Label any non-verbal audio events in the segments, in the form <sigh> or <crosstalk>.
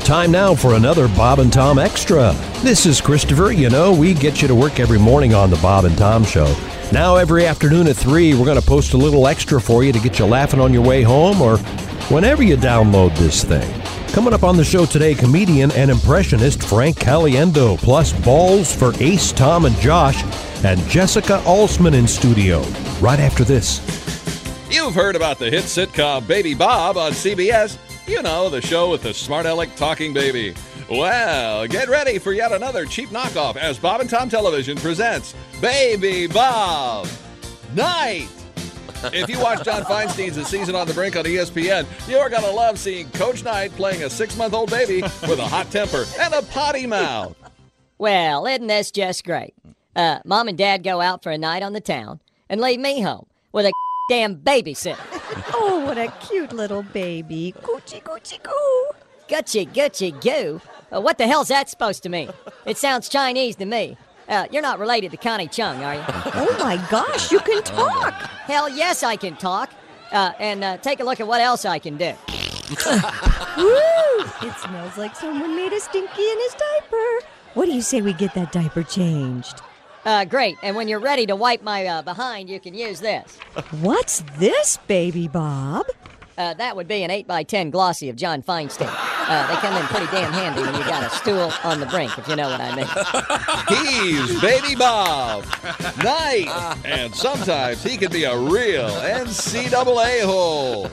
Time now for another Bob and Tom Extra. This is Christopher. You know, we get you to work every morning on the Bob and Tom Show. Now, every afternoon at 3, we're going to post a little extra for you to get you laughing on your way home or whenever you download this thing. Coming up on the show today, comedian and impressionist Frank Caliendo, plus balls for Ace, Tom, and Josh, and Jessica Alsman in studio right after this. You've heard about the hit sitcom Baby Bob on CBS. You know, the show with the smart aleck talking baby. Well, get ready for yet another cheap knockoff as Bob and Tom Television presents Baby Bob Night. If you watch John Feinstein's The Season on the Brink on E ESPN, you're going to love seeing Coach Knight playing a six month old baby with a hot temper and a potty mouth. Well, isn't this just great? Uh, Mom and Dad go out for a night on the town and leave me home with a <laughs> damn babysitter. Oh, what a cute little baby. Coochie, coochie, coo. Gucci, Gucci, goo. Uh, what the hell's that supposed to mean? It sounds Chinese to me. Uh, you're not related to Connie Chung, are <laughs> you? Oh my gosh, you can talk. Hell yes, I can talk. Uh, and uh, take a look at what else I can do. Woo! It smells like someone made a stinky in his diaper. What do you say we get that diaper changed? Uh, great. And when you're ready to wipe my uh, behind, you can use this. What's this, baby Bob? Uh, that would be an 8x10 glossy of John Feinstein. Uh, they come in pretty damn handy when you got a stool on the brink, if you know what I mean. He's Baby Bob Night. And sometimes he can be a real NCAA hole.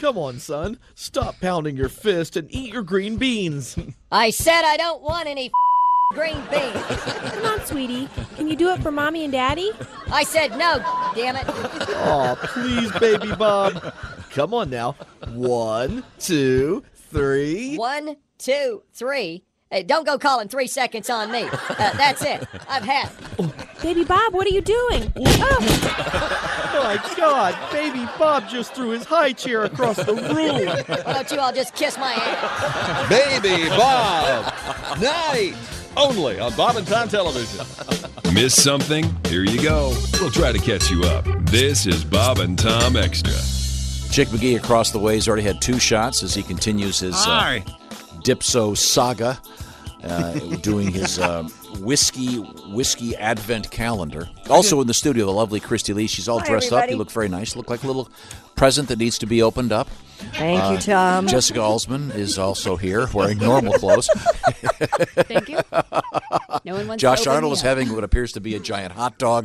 Come on, son. Stop pounding your fist and eat your green beans. I said I don't want any f- green beans. Come on, sweetie. Can you do it for mommy and daddy? I said no, damn it. Aw, please, baby Bob. Come on now. One, two, three. One, two, three. Hey, don't go calling three seconds on me. Uh, that's it. I've had it. Baby Bob, what are you doing? Oh, My God, baby Bob just threw his high chair across the room. Why don't you all just kiss my ass? Baby Bob Night. Only on Bob and Tom Television. Miss something? Here you go. We'll try to catch you up. This is Bob and Tom Extra. Jake McGee across the way has already had two shots as he continues his uh, dipso saga, uh, doing his um, whiskey whiskey advent calendar. Also in the studio, the lovely Christy Lee. She's all Hi, dressed up. everybody. You look very nice. Look like a little present that needs to be opened up. Thank you, Uh, Tom. Jessica Alsman is also here wearing normal <laughs> clothes. Thank you. No one wants Josh to open Arnold me is up. having what appears to be a giant <laughs> hot dog.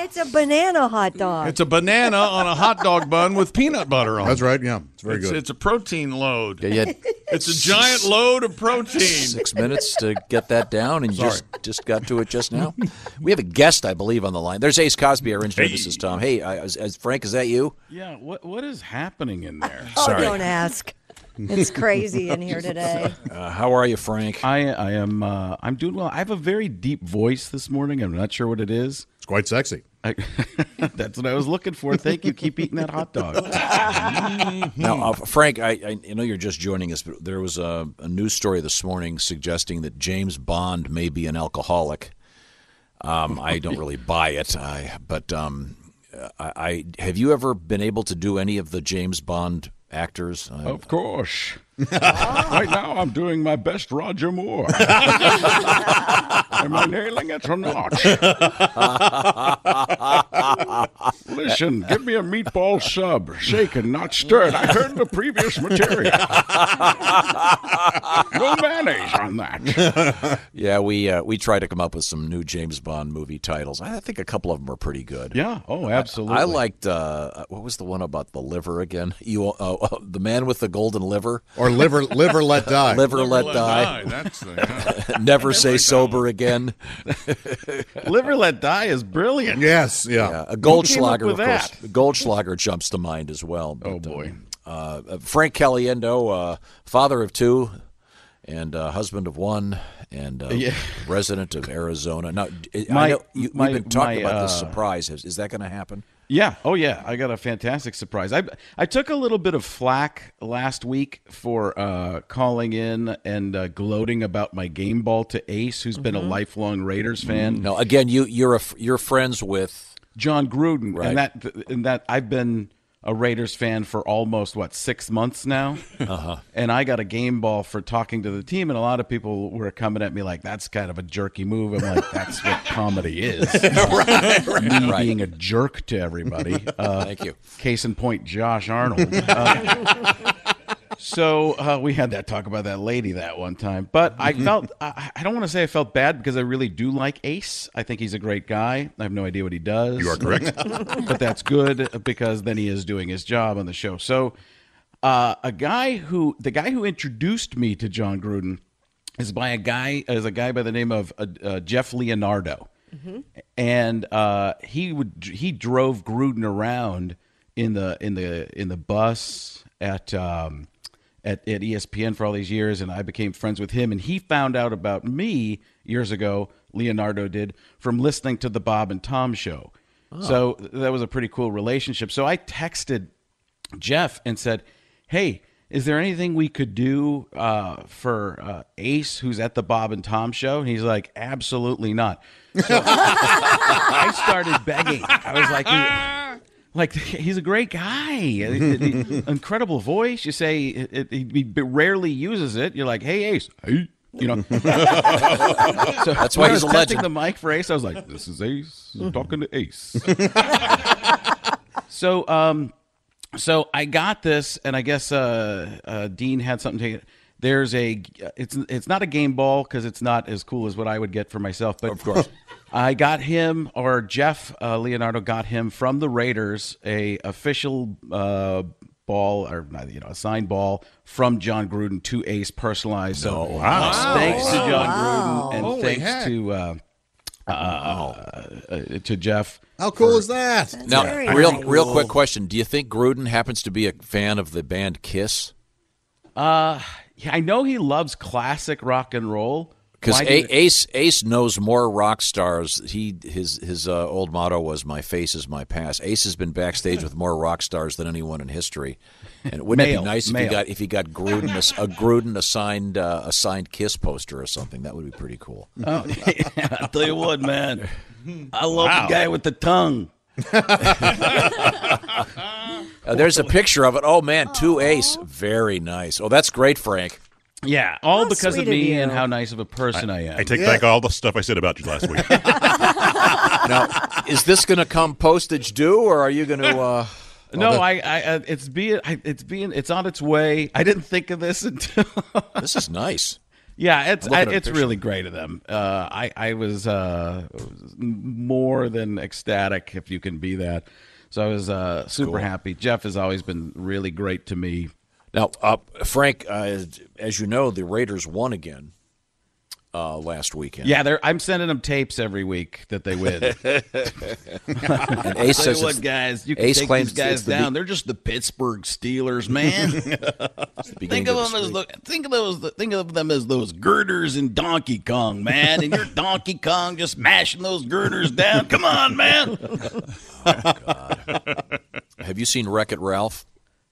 It's a banana hot dog. It's a banana on a hot dog bun with peanut butter on it. That's right. Yeah, it's very It's, good. it's a protein load. You had It's a giant load of <laughs> protein. six minutes to get that down, and you just just got to it just now. We have a guest, I believe, on the line. There's Ace Cosby, our engineer. This is Tom. Hey, I, is, is Frank, is that you? Yeah, what what is happening in there? oh, don't ask. It's crazy in here today. Uh, how are you, Frank? I I am uh, I'm doing well. I have a very deep voice this morning. I'm not sure what it is. It's quite sexy. I, <laughs> that's what I was looking for. Thank you. Keep eating that hot dog. Now, uh, Frank, I, I I know you're just joining us, but there was a, a news story this morning suggesting that James Bond may be an alcoholic. Um, I don't really buy it, I, but um, I, I have you ever been able to do any of the James Bond actors? Uh, Of <laughs> course. right now, I'm doing my best Roger Moore. Am I nailing it or not? Listen, give me a meatball sub, shaken, not stirred. I heard the previous material. no mayonnaise on that. Yeah, we uh, we try to come up with some new James Bond movie titles. I think a couple of them are pretty good. Yeah. Oh, absolutely. I liked uh, what was the one about the liver again? <laughs> You, uh, the man with the golden liver, Or liver, liver <laughs> let die. liver let die, That's the, <laughs> never say sober again. Liver Let Die is brilliant. Yes. Yeah. Uh, a Who came up Goldschlager, with of course. that? Goldschlager jumps to mind as well. but, Oh um, boy. uh, Frank Caliendo, uh, father of two, and uh, husband of one, and uh, Yeah. <laughs> resident of Arizona. Now, I- I My- know you, my- we've been talking my, about this uh, surprise. Is, is that going to happen? Yeah. Oh, yeah. I got a fantastic surprise. I I took a little bit of flack last week for uh, calling in and uh, gloating about my game ball to Ace, who's been a Mhm. lifelong Raiders fan. No. Again, you you're a, f- you're friends with John Gruden, Right. and that and that I've been a Raiders fan for almost what six <laughs> months now, Uh-huh. and I got a game ball for talking to the team, and a lot of people were coming at me like, "That's kind of a jerky move." I'm like, "That's <laughs> what comedy is." Right, right. Me Right. being a jerk <laughs> to everybody. Uh, Thank you. Case in point, <laughs> Josh Arnold. Uh, so uh, we had that talk about that lady that one time, but I Mm-hmm. felt I, I don't want to say I felt bad because I really do like Ace. I think he's a great guy. I have no idea what he does. You are correct. <laughs> but that's good because then he is doing his job on the show. So uh, a guy who the guy who introduced me to John Gruden is by a guy is a guy by the name of uh, uh, Jeff Leonardo and uh, he would he drove Gruden around in the in the in the bus at um, at at E ESPN for all these years, and I became friends with him, and he found out about me years ago. Leonardo did from listening to the Bob and Tom show. So th- that was a pretty cool relationship. So I texted Jeff and said, "Hey, is there anything we could do uh, for uh, Ace, who's at the Bob and Tom show?" And he's like, "Absolutely not." So <laughs> I started begging. I was like, "You- like he's a great guy, incredible voice. You say it, it, he rarely uses it. You're like, "Hey, Ace, hey." You know, <laughs> so That's why when I he's was a testing legend. The mic for Ace, I was like, "This is Ace I'm talking to Ace." <laughs> so um so i got this and i guess uh, uh dean had something to there's a it's it's not a game ball because it's not as cool as what i would get for myself but of course <laughs> i got him or jeff uh, leonardo got him from the raiders a official uh ball or not, you know a signed ball from john gruden to ace personalized so Oh, wow. thanks to Wow. john Wow. gruden and Holy thanks heck. to uh, uh, uh, to jeff How cool is that? Now, real real quick question: Do you think Gruden happens to be a fan of the band Kiss? Uh, yeah, I know he loves classic rock and roll. Because Why do you- Ace Ace knows more rock stars. He his his uh, old motto was "My face is my past." Ace has been backstage with more rock stars than anyone in history. And wouldn't it Male, be nice if male. he got if he got Gruden a, a Gruden assigned uh, assigned Kiss poster or something? That would be pretty cool. Uh, <laughs> Oh, I tell you what, man, I love Wow. the guy with the tongue. Uh, there's a picture of it. Oh man, two Ace, very nice. Oh, that's great, Frank. Yeah, all because sweet of of me you. and how nice of a person I, am. I take Yeah. back all the stuff I said about you last week. Now, is this going to come postage due, or are you going to? Uh, <laughs> No, well, I, I, uh, it's being, I, it's being, it's on its way. I didn't think of this <laughs> until. this is nice. Yeah, it's I'm looking I, at a it's picture. really great of them. Uh, I I was uh, more than ecstatic if you can be that. So I was uh, super Cool. happy. Jeff has always been really great to me. Now, uh, Frank, uh, as you know, the Raiders won again uh, last weekend. Yeah, they're, I'm sending them tapes every week that they <laughs> win. And and Ace Ace says what, it's- guys, you can Ace take claims these guys it's the down. be- they're just the Pittsburgh Steelers, <laughs> man. beginning think of, of them as the, think of those think of them as those girders in Donkey Kong, man. <laughs> And you're Donkey Kong just mashing those girders down. Come on, man. Have you seen Wreck It Ralph?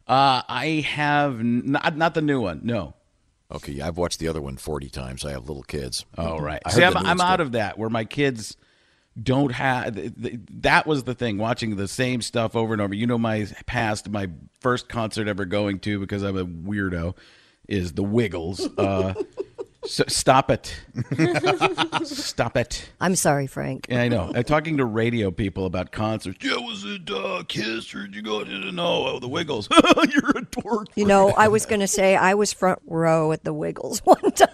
Uh, I have not, not the new one. No. Okay, yeah, I've watched the other one 40 times. I have little kids. Mm-hmm. All right. Oh, I Mm-hmm. See, heard I'm, the new I'm one's out good. of that where my kids don't have. th- th- That was the thing, watching the same stuff over and over. You know, my past, my first concert ever going to because I'm a weirdo is the Wiggles. Uh, so stop it. stop it. I'm sorry, Frank. Yeah, I know. I'm talking to radio people about concerts. Yeah, was it uh, Kiss or did you go? No, oh, the Wiggles. <laughs> You're a dork. You know, I was going to say I was front row at the Wiggles <laughs> one time.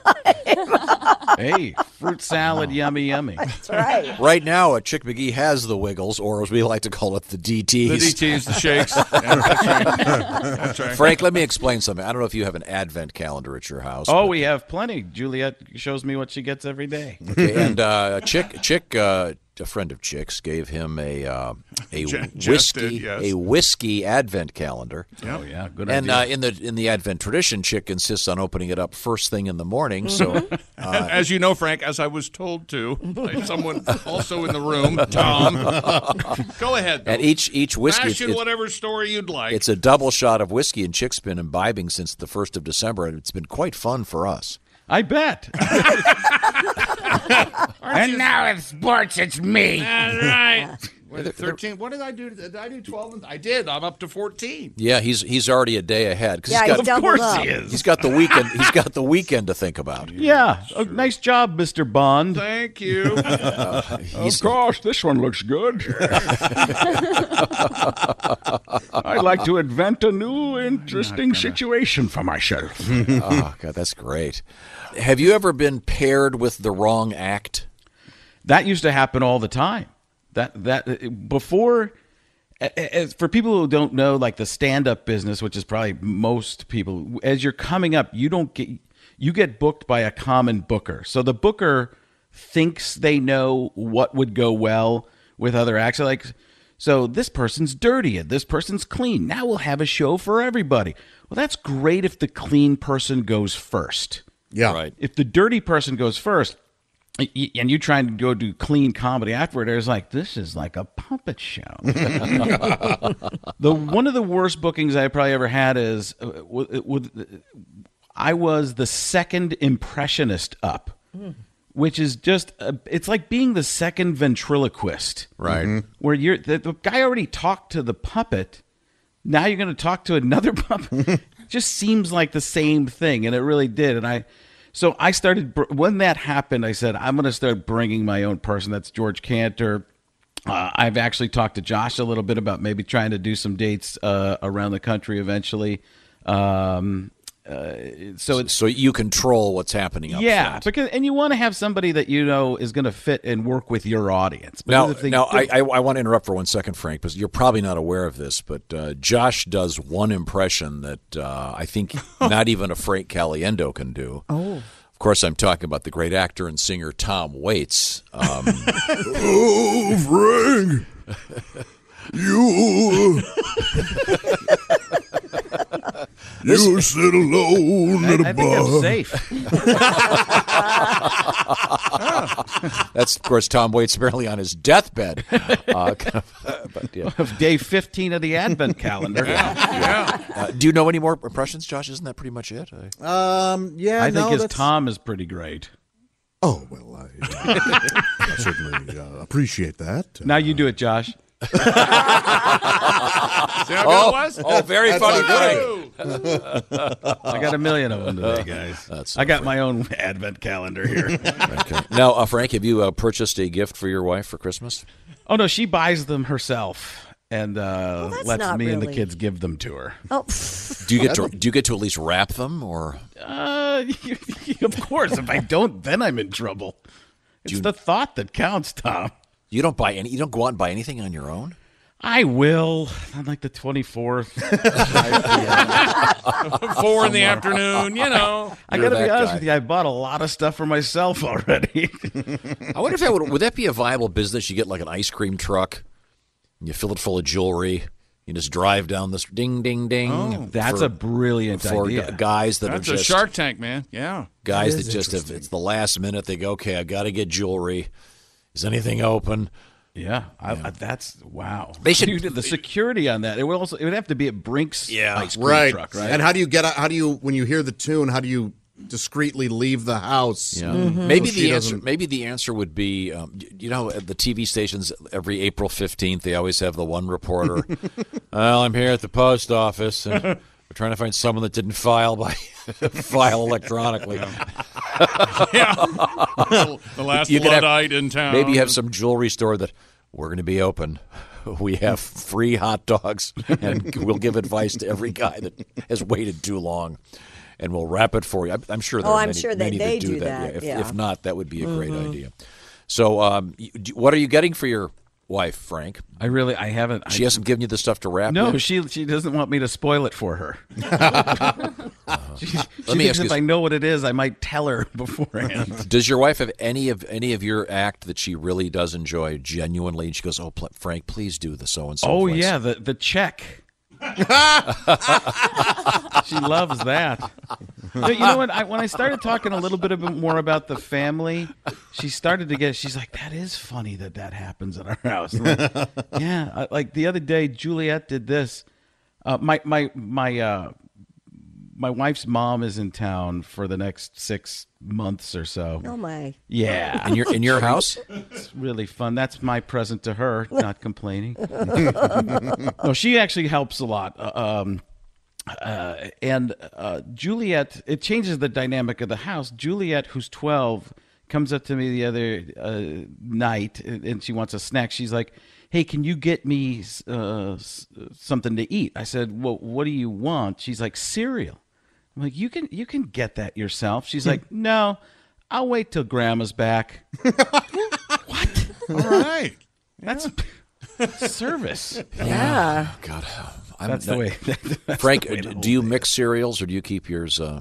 hey, fruit salad, yummy, yummy. That's right. Right now, uh, Chick McGee has the Wiggles, or as we like to call it, the DTs. DTs, the shakes. Yeah, that's right. <laughs> That's right. Frank, let me explain something. I don't know if you have an advent calendar at your house. <laughs> Oh, we have plenty. Juliet shows me what she gets every day. Okay, and uh, Chick Chick uh, a friend of Chick's gave him a uh, a Jeff- Jeff whiskey did, yes. a whiskey advent calendar. Yeah. Oh, yeah, good And idea. Uh, in the in the advent tradition, Chick insists on opening it up first thing in the morning. So And as you know, Frank, as I was told to by someone also in the room, Tom. Go ahead. And each each whiskey Fashion it's- whatever story you'd like. It's a double shot of whiskey, and Chick's been imbibing since the first of December, and it's been quite fun for us. I bet. and now in sports, it's me. All right. What is it, 13? What did I do? Did I do 12? And- I did. I'm up to 14. Yeah, he's he's already a day ahead. 'cause Yeah, he's he's got, doubled Of course he up. is. He's got the weekend. He's got the weekend to think about. yeah. Oh, nice job, Mr. Bond. Thank you. <laughs> of course, this one looks good. <laughs> I'd like to invent a new, interesting situation for myself. oh God, that's great. Have you ever been paired with the wrong act? That used to happen all the time. That that before a- as, for people who don't know like the stand-up business, which is probably most people, as you're coming up, you don't get you get booked by a common booker. So the booker thinks they know what would go well with other acts. So, Like so this person's dirty and this person's clean. Now we'll have a show for everybody. Well, that's great if the clean person goes first. Yeah. Right. If the dirty person goes first, y- y- and you try to go do clean comedy afterward, it's like this is like a puppet show. the one of the worst bookings I probably ever had is uh, w- w- I was the second impressionist up, which is just uh, it's like being the second ventriloquist, Right. Mhm. Where you're the, the guy already talked to the puppet, now you're going to talk to another <laughs> puppet. <laughs> It just seems like the same thing, and it really did. And I, so I started br- when that happened. I said I'm going to start bringing my own person. That's George Cantor. Uh, I've actually talked to Josh a little bit about maybe trying to do some dates uh, around the country eventually. Um, uh, so it's so you control what's happening. Up yeah, because and you want to have somebody that you know is going to fit and work with your audience. Because Now, if they now I, don't- I, I want to interrupt for one second, Frank, because you're probably not aware of this, but uh, Josh does one impression that uh, I think not even a Frank Caliendo can do. Oh. Of course, I'm talking about the great actor and singer Tom Waits. Um, oh, Frank. You. you sit alone I- at a I think bar. I'm <laughs> safe. That's, of course, Tom Waits apparently on his deathbed. Uh, <laughs> but, yeah. of day 15 of the advent calendar. Uh, do you know any more impressions, Josh? Isn't that pretty much it? I- Um, yeah, I no, think his that's- Tom is pretty great. Oh well, I certainly uh, appreciate that. now you do it, Josh. how good it Oh, was? Oh, That's Frank. I got a million of them today, guys. That's I got my own advent calendar here. okay. Now, uh, Frank, have you uh, purchased a gift for your wife for Christmas? Oh no, she buys them herself and uh, that's lets not me and the really- kids give them to <laughs> her. Oh. Do you get to do you get to at least wrap them, or Uh, <laughs> of course, if I don't, then I'm in trouble. It's the thought that counts, Tom. You don't buy any. You don't go out and buy anything on your own. I will on like <laughs> the 24th. Four in the afternoon, you know. I You're got to be that honest guy. with you. I bought a lot of stuff for myself <laughs> already. I wonder if that would would that be a viable business? You get like an ice cream truck, and you fill it full of jewelry. You just drive down this ding, ding, ding. Oh. That's a brilliant for idea. gu- guys that That's are a just Shark Tank, man. Yeah. guys that, just have it's the last minute. They go, okay, I got to get jewelry. Is anything open? Yeah, I, I, that's wow. They should- Dude, the security on that. It would also it would have to be at Brinks. Yeah, ice cream right. truck, right? And how do you get out? How do you when you hear the tune? How do you discreetly leave the house? Yeah. So Maybe Mm-hmm. she the answer. doesn't- Maybe the answer would be, um, y- you know, at the TV stations every April fifteenth, they always have the one <laughs> reporter. well, I'm here at the post office, and we're trying to find someone that didn't file by <laughs> file electronically. Yeah. The last could have- Luddite in town. Maybe you have some jewelry store that we're going to be open. <laughs> We have free hot dogs, <laughs> and we'll give advice to every guy that has waited too long. And we'll wrap it for you. I'm, I'm sure there Oh, are I'm many, sure that many they do, do that. that, If, yeah. if not, that would be a great Mhm. idea. So, um, you- do- what are you getting for your wife, Frank? I really, I haven't. She I- hasn't given you the stuff to wrap. No, <laughs> yet? she she doesn't want me to spoil it for <laughs> her. she she Let me thinks ask you if I know what it is, I might tell her <laughs> beforehand. Does your wife have any of any of your act that she really does enjoy genuinely? And she goes, "Oh, pl- Frank, please do the so and so." oh yeah, the the check. <laughs> she loves that. No, you know what? I, when I started talking a little bit ab- more about the family, she started to get. She's like, "That is funny that that happens at our house." I'm <laughs> like, yeah, I, like the other day, Juliet did this. Uh, my my my uh, my wife's mom is in town for the next six months or so. Oh, <laughs> my. Yeah, In your- in your house? <laughs> It's really fun. That's my present to her. <laughs> Not complaining. <laughs> no, she actually helps a lot. Uh, Um, uh, and uh, Juliet, it changes the dynamic of the house. Juliet, who's twelve, comes up to me the other uh, night, and and she wants a snack. She's like, "Hey, can you get me uh, s- something to eat?" I said, "Well, what do you want?" She's like, "Cereal." I'm like, "You can you can get that yourself." She's like, <laughs> "No, I'll wait till Grandma's back." All right. That's service. Yeah. God, I'm That's the <laughs> not- <laughs> way- that's Frank, the way to do you mix cereals or do you keep yours? Uh,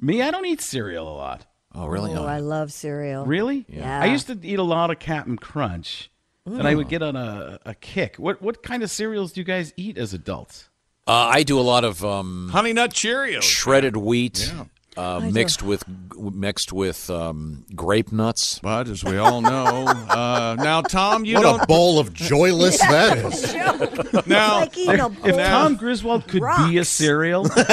Me, I don't eat cereal a lot. oh, really? Oh, I love cereal. Really? Yeah. I used to eat a lot of Captain Crunch, and I would get on a, a kick. What what kind of cereals do you guys eat as adults? Uh, I do a lot of um, honey nut Cheerios, shredded wheat. Uh, I do. mixed with mixed with um, grape nuts, but as we all know, uh, now Tom, you What don't a bowl of joyless that is. <laughs> now, like eating a if bowl Tom of Griswold could be <laughs> a cereal, <laughs>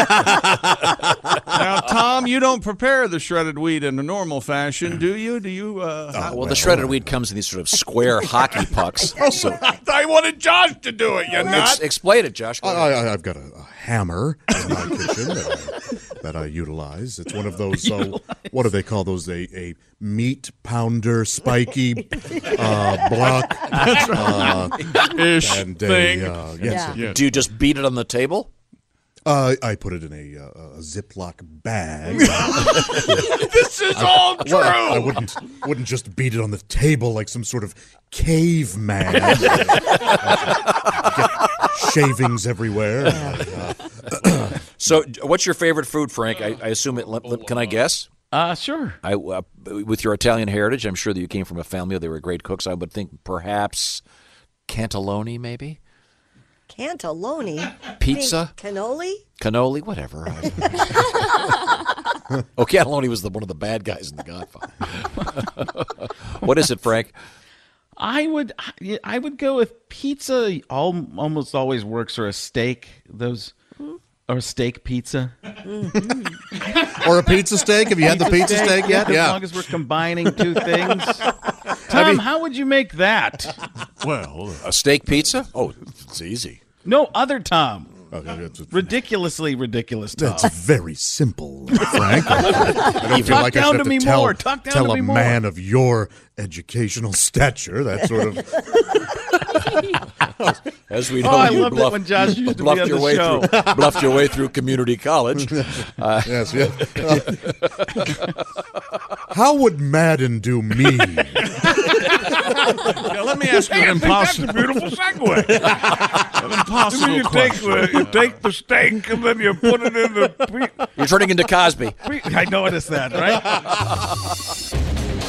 now, Tom, you don't prepare the shredded wheat in a normal fashion, do you? Do you? Uh, how- Oh, well, the shredded wheat comes in these sort <laughs> of square hockey pucks. So I wanted Josh to do it. You Ex- nut. Uh, explain it, Josh. Go I, ahead. I, I've got a, a hammer in my kitchen that I, that I utilize. It's one of those. Uh, what do they call those? A, a meat pounder, spiky uh, block uh, Ish and a, thing. uh, yes, Yeah. it- Do you just beat it on the table? Uh, I put it in a, uh, a Ziploc bag. this is I- all well, true. I wouldn't wouldn't just beat it on the table like some sort of caveman. Get shavings everywhere. Uh, So, what's your favorite food, Frank? I, I assume it. Let, let- can I guess? Uh, sure. I, uh, with your Italian heritage, I'm sure that you came from a family where they were great cooks. I would think perhaps cantelloni, maybe Cantaloni. Pizza? I mean, cannoli? cannoli, whatever. <laughs> oh, cannelloni was the, one of the bad guys in The Godfather. <laughs> what is it, Frank? I would I would go with pizza. All, almost always works or a steak. Those or a steak pizza. <laughs> or a pizza steak? Have you had the pizza steak yet? As Yeah. long as we're combining <laughs> two things. Tom, how would you make that? Well, a steak pizza? Oh, it's easy. No other Tom. it's- Ridiculously ridiculous Tom. That's very simple, Frank. <laughs> I I don't feel Talk like I down should have to to me tell, more. Talk down tell to a me more. man of your educational stature that sort of As we Oh, know, I you loved it bluffed, when Josh used you to be bluffed on your the way show. through bluffed your way through community <laughs> college. Uh, yes, yeah. <laughs> How would Madden do <laughs> me? Now, let me ask <laughs> you an impossible. That's a beautiful segue. an impossible you take, question. the, you take the steak and then you put it in the. You're turning into Cosby. I noticed that,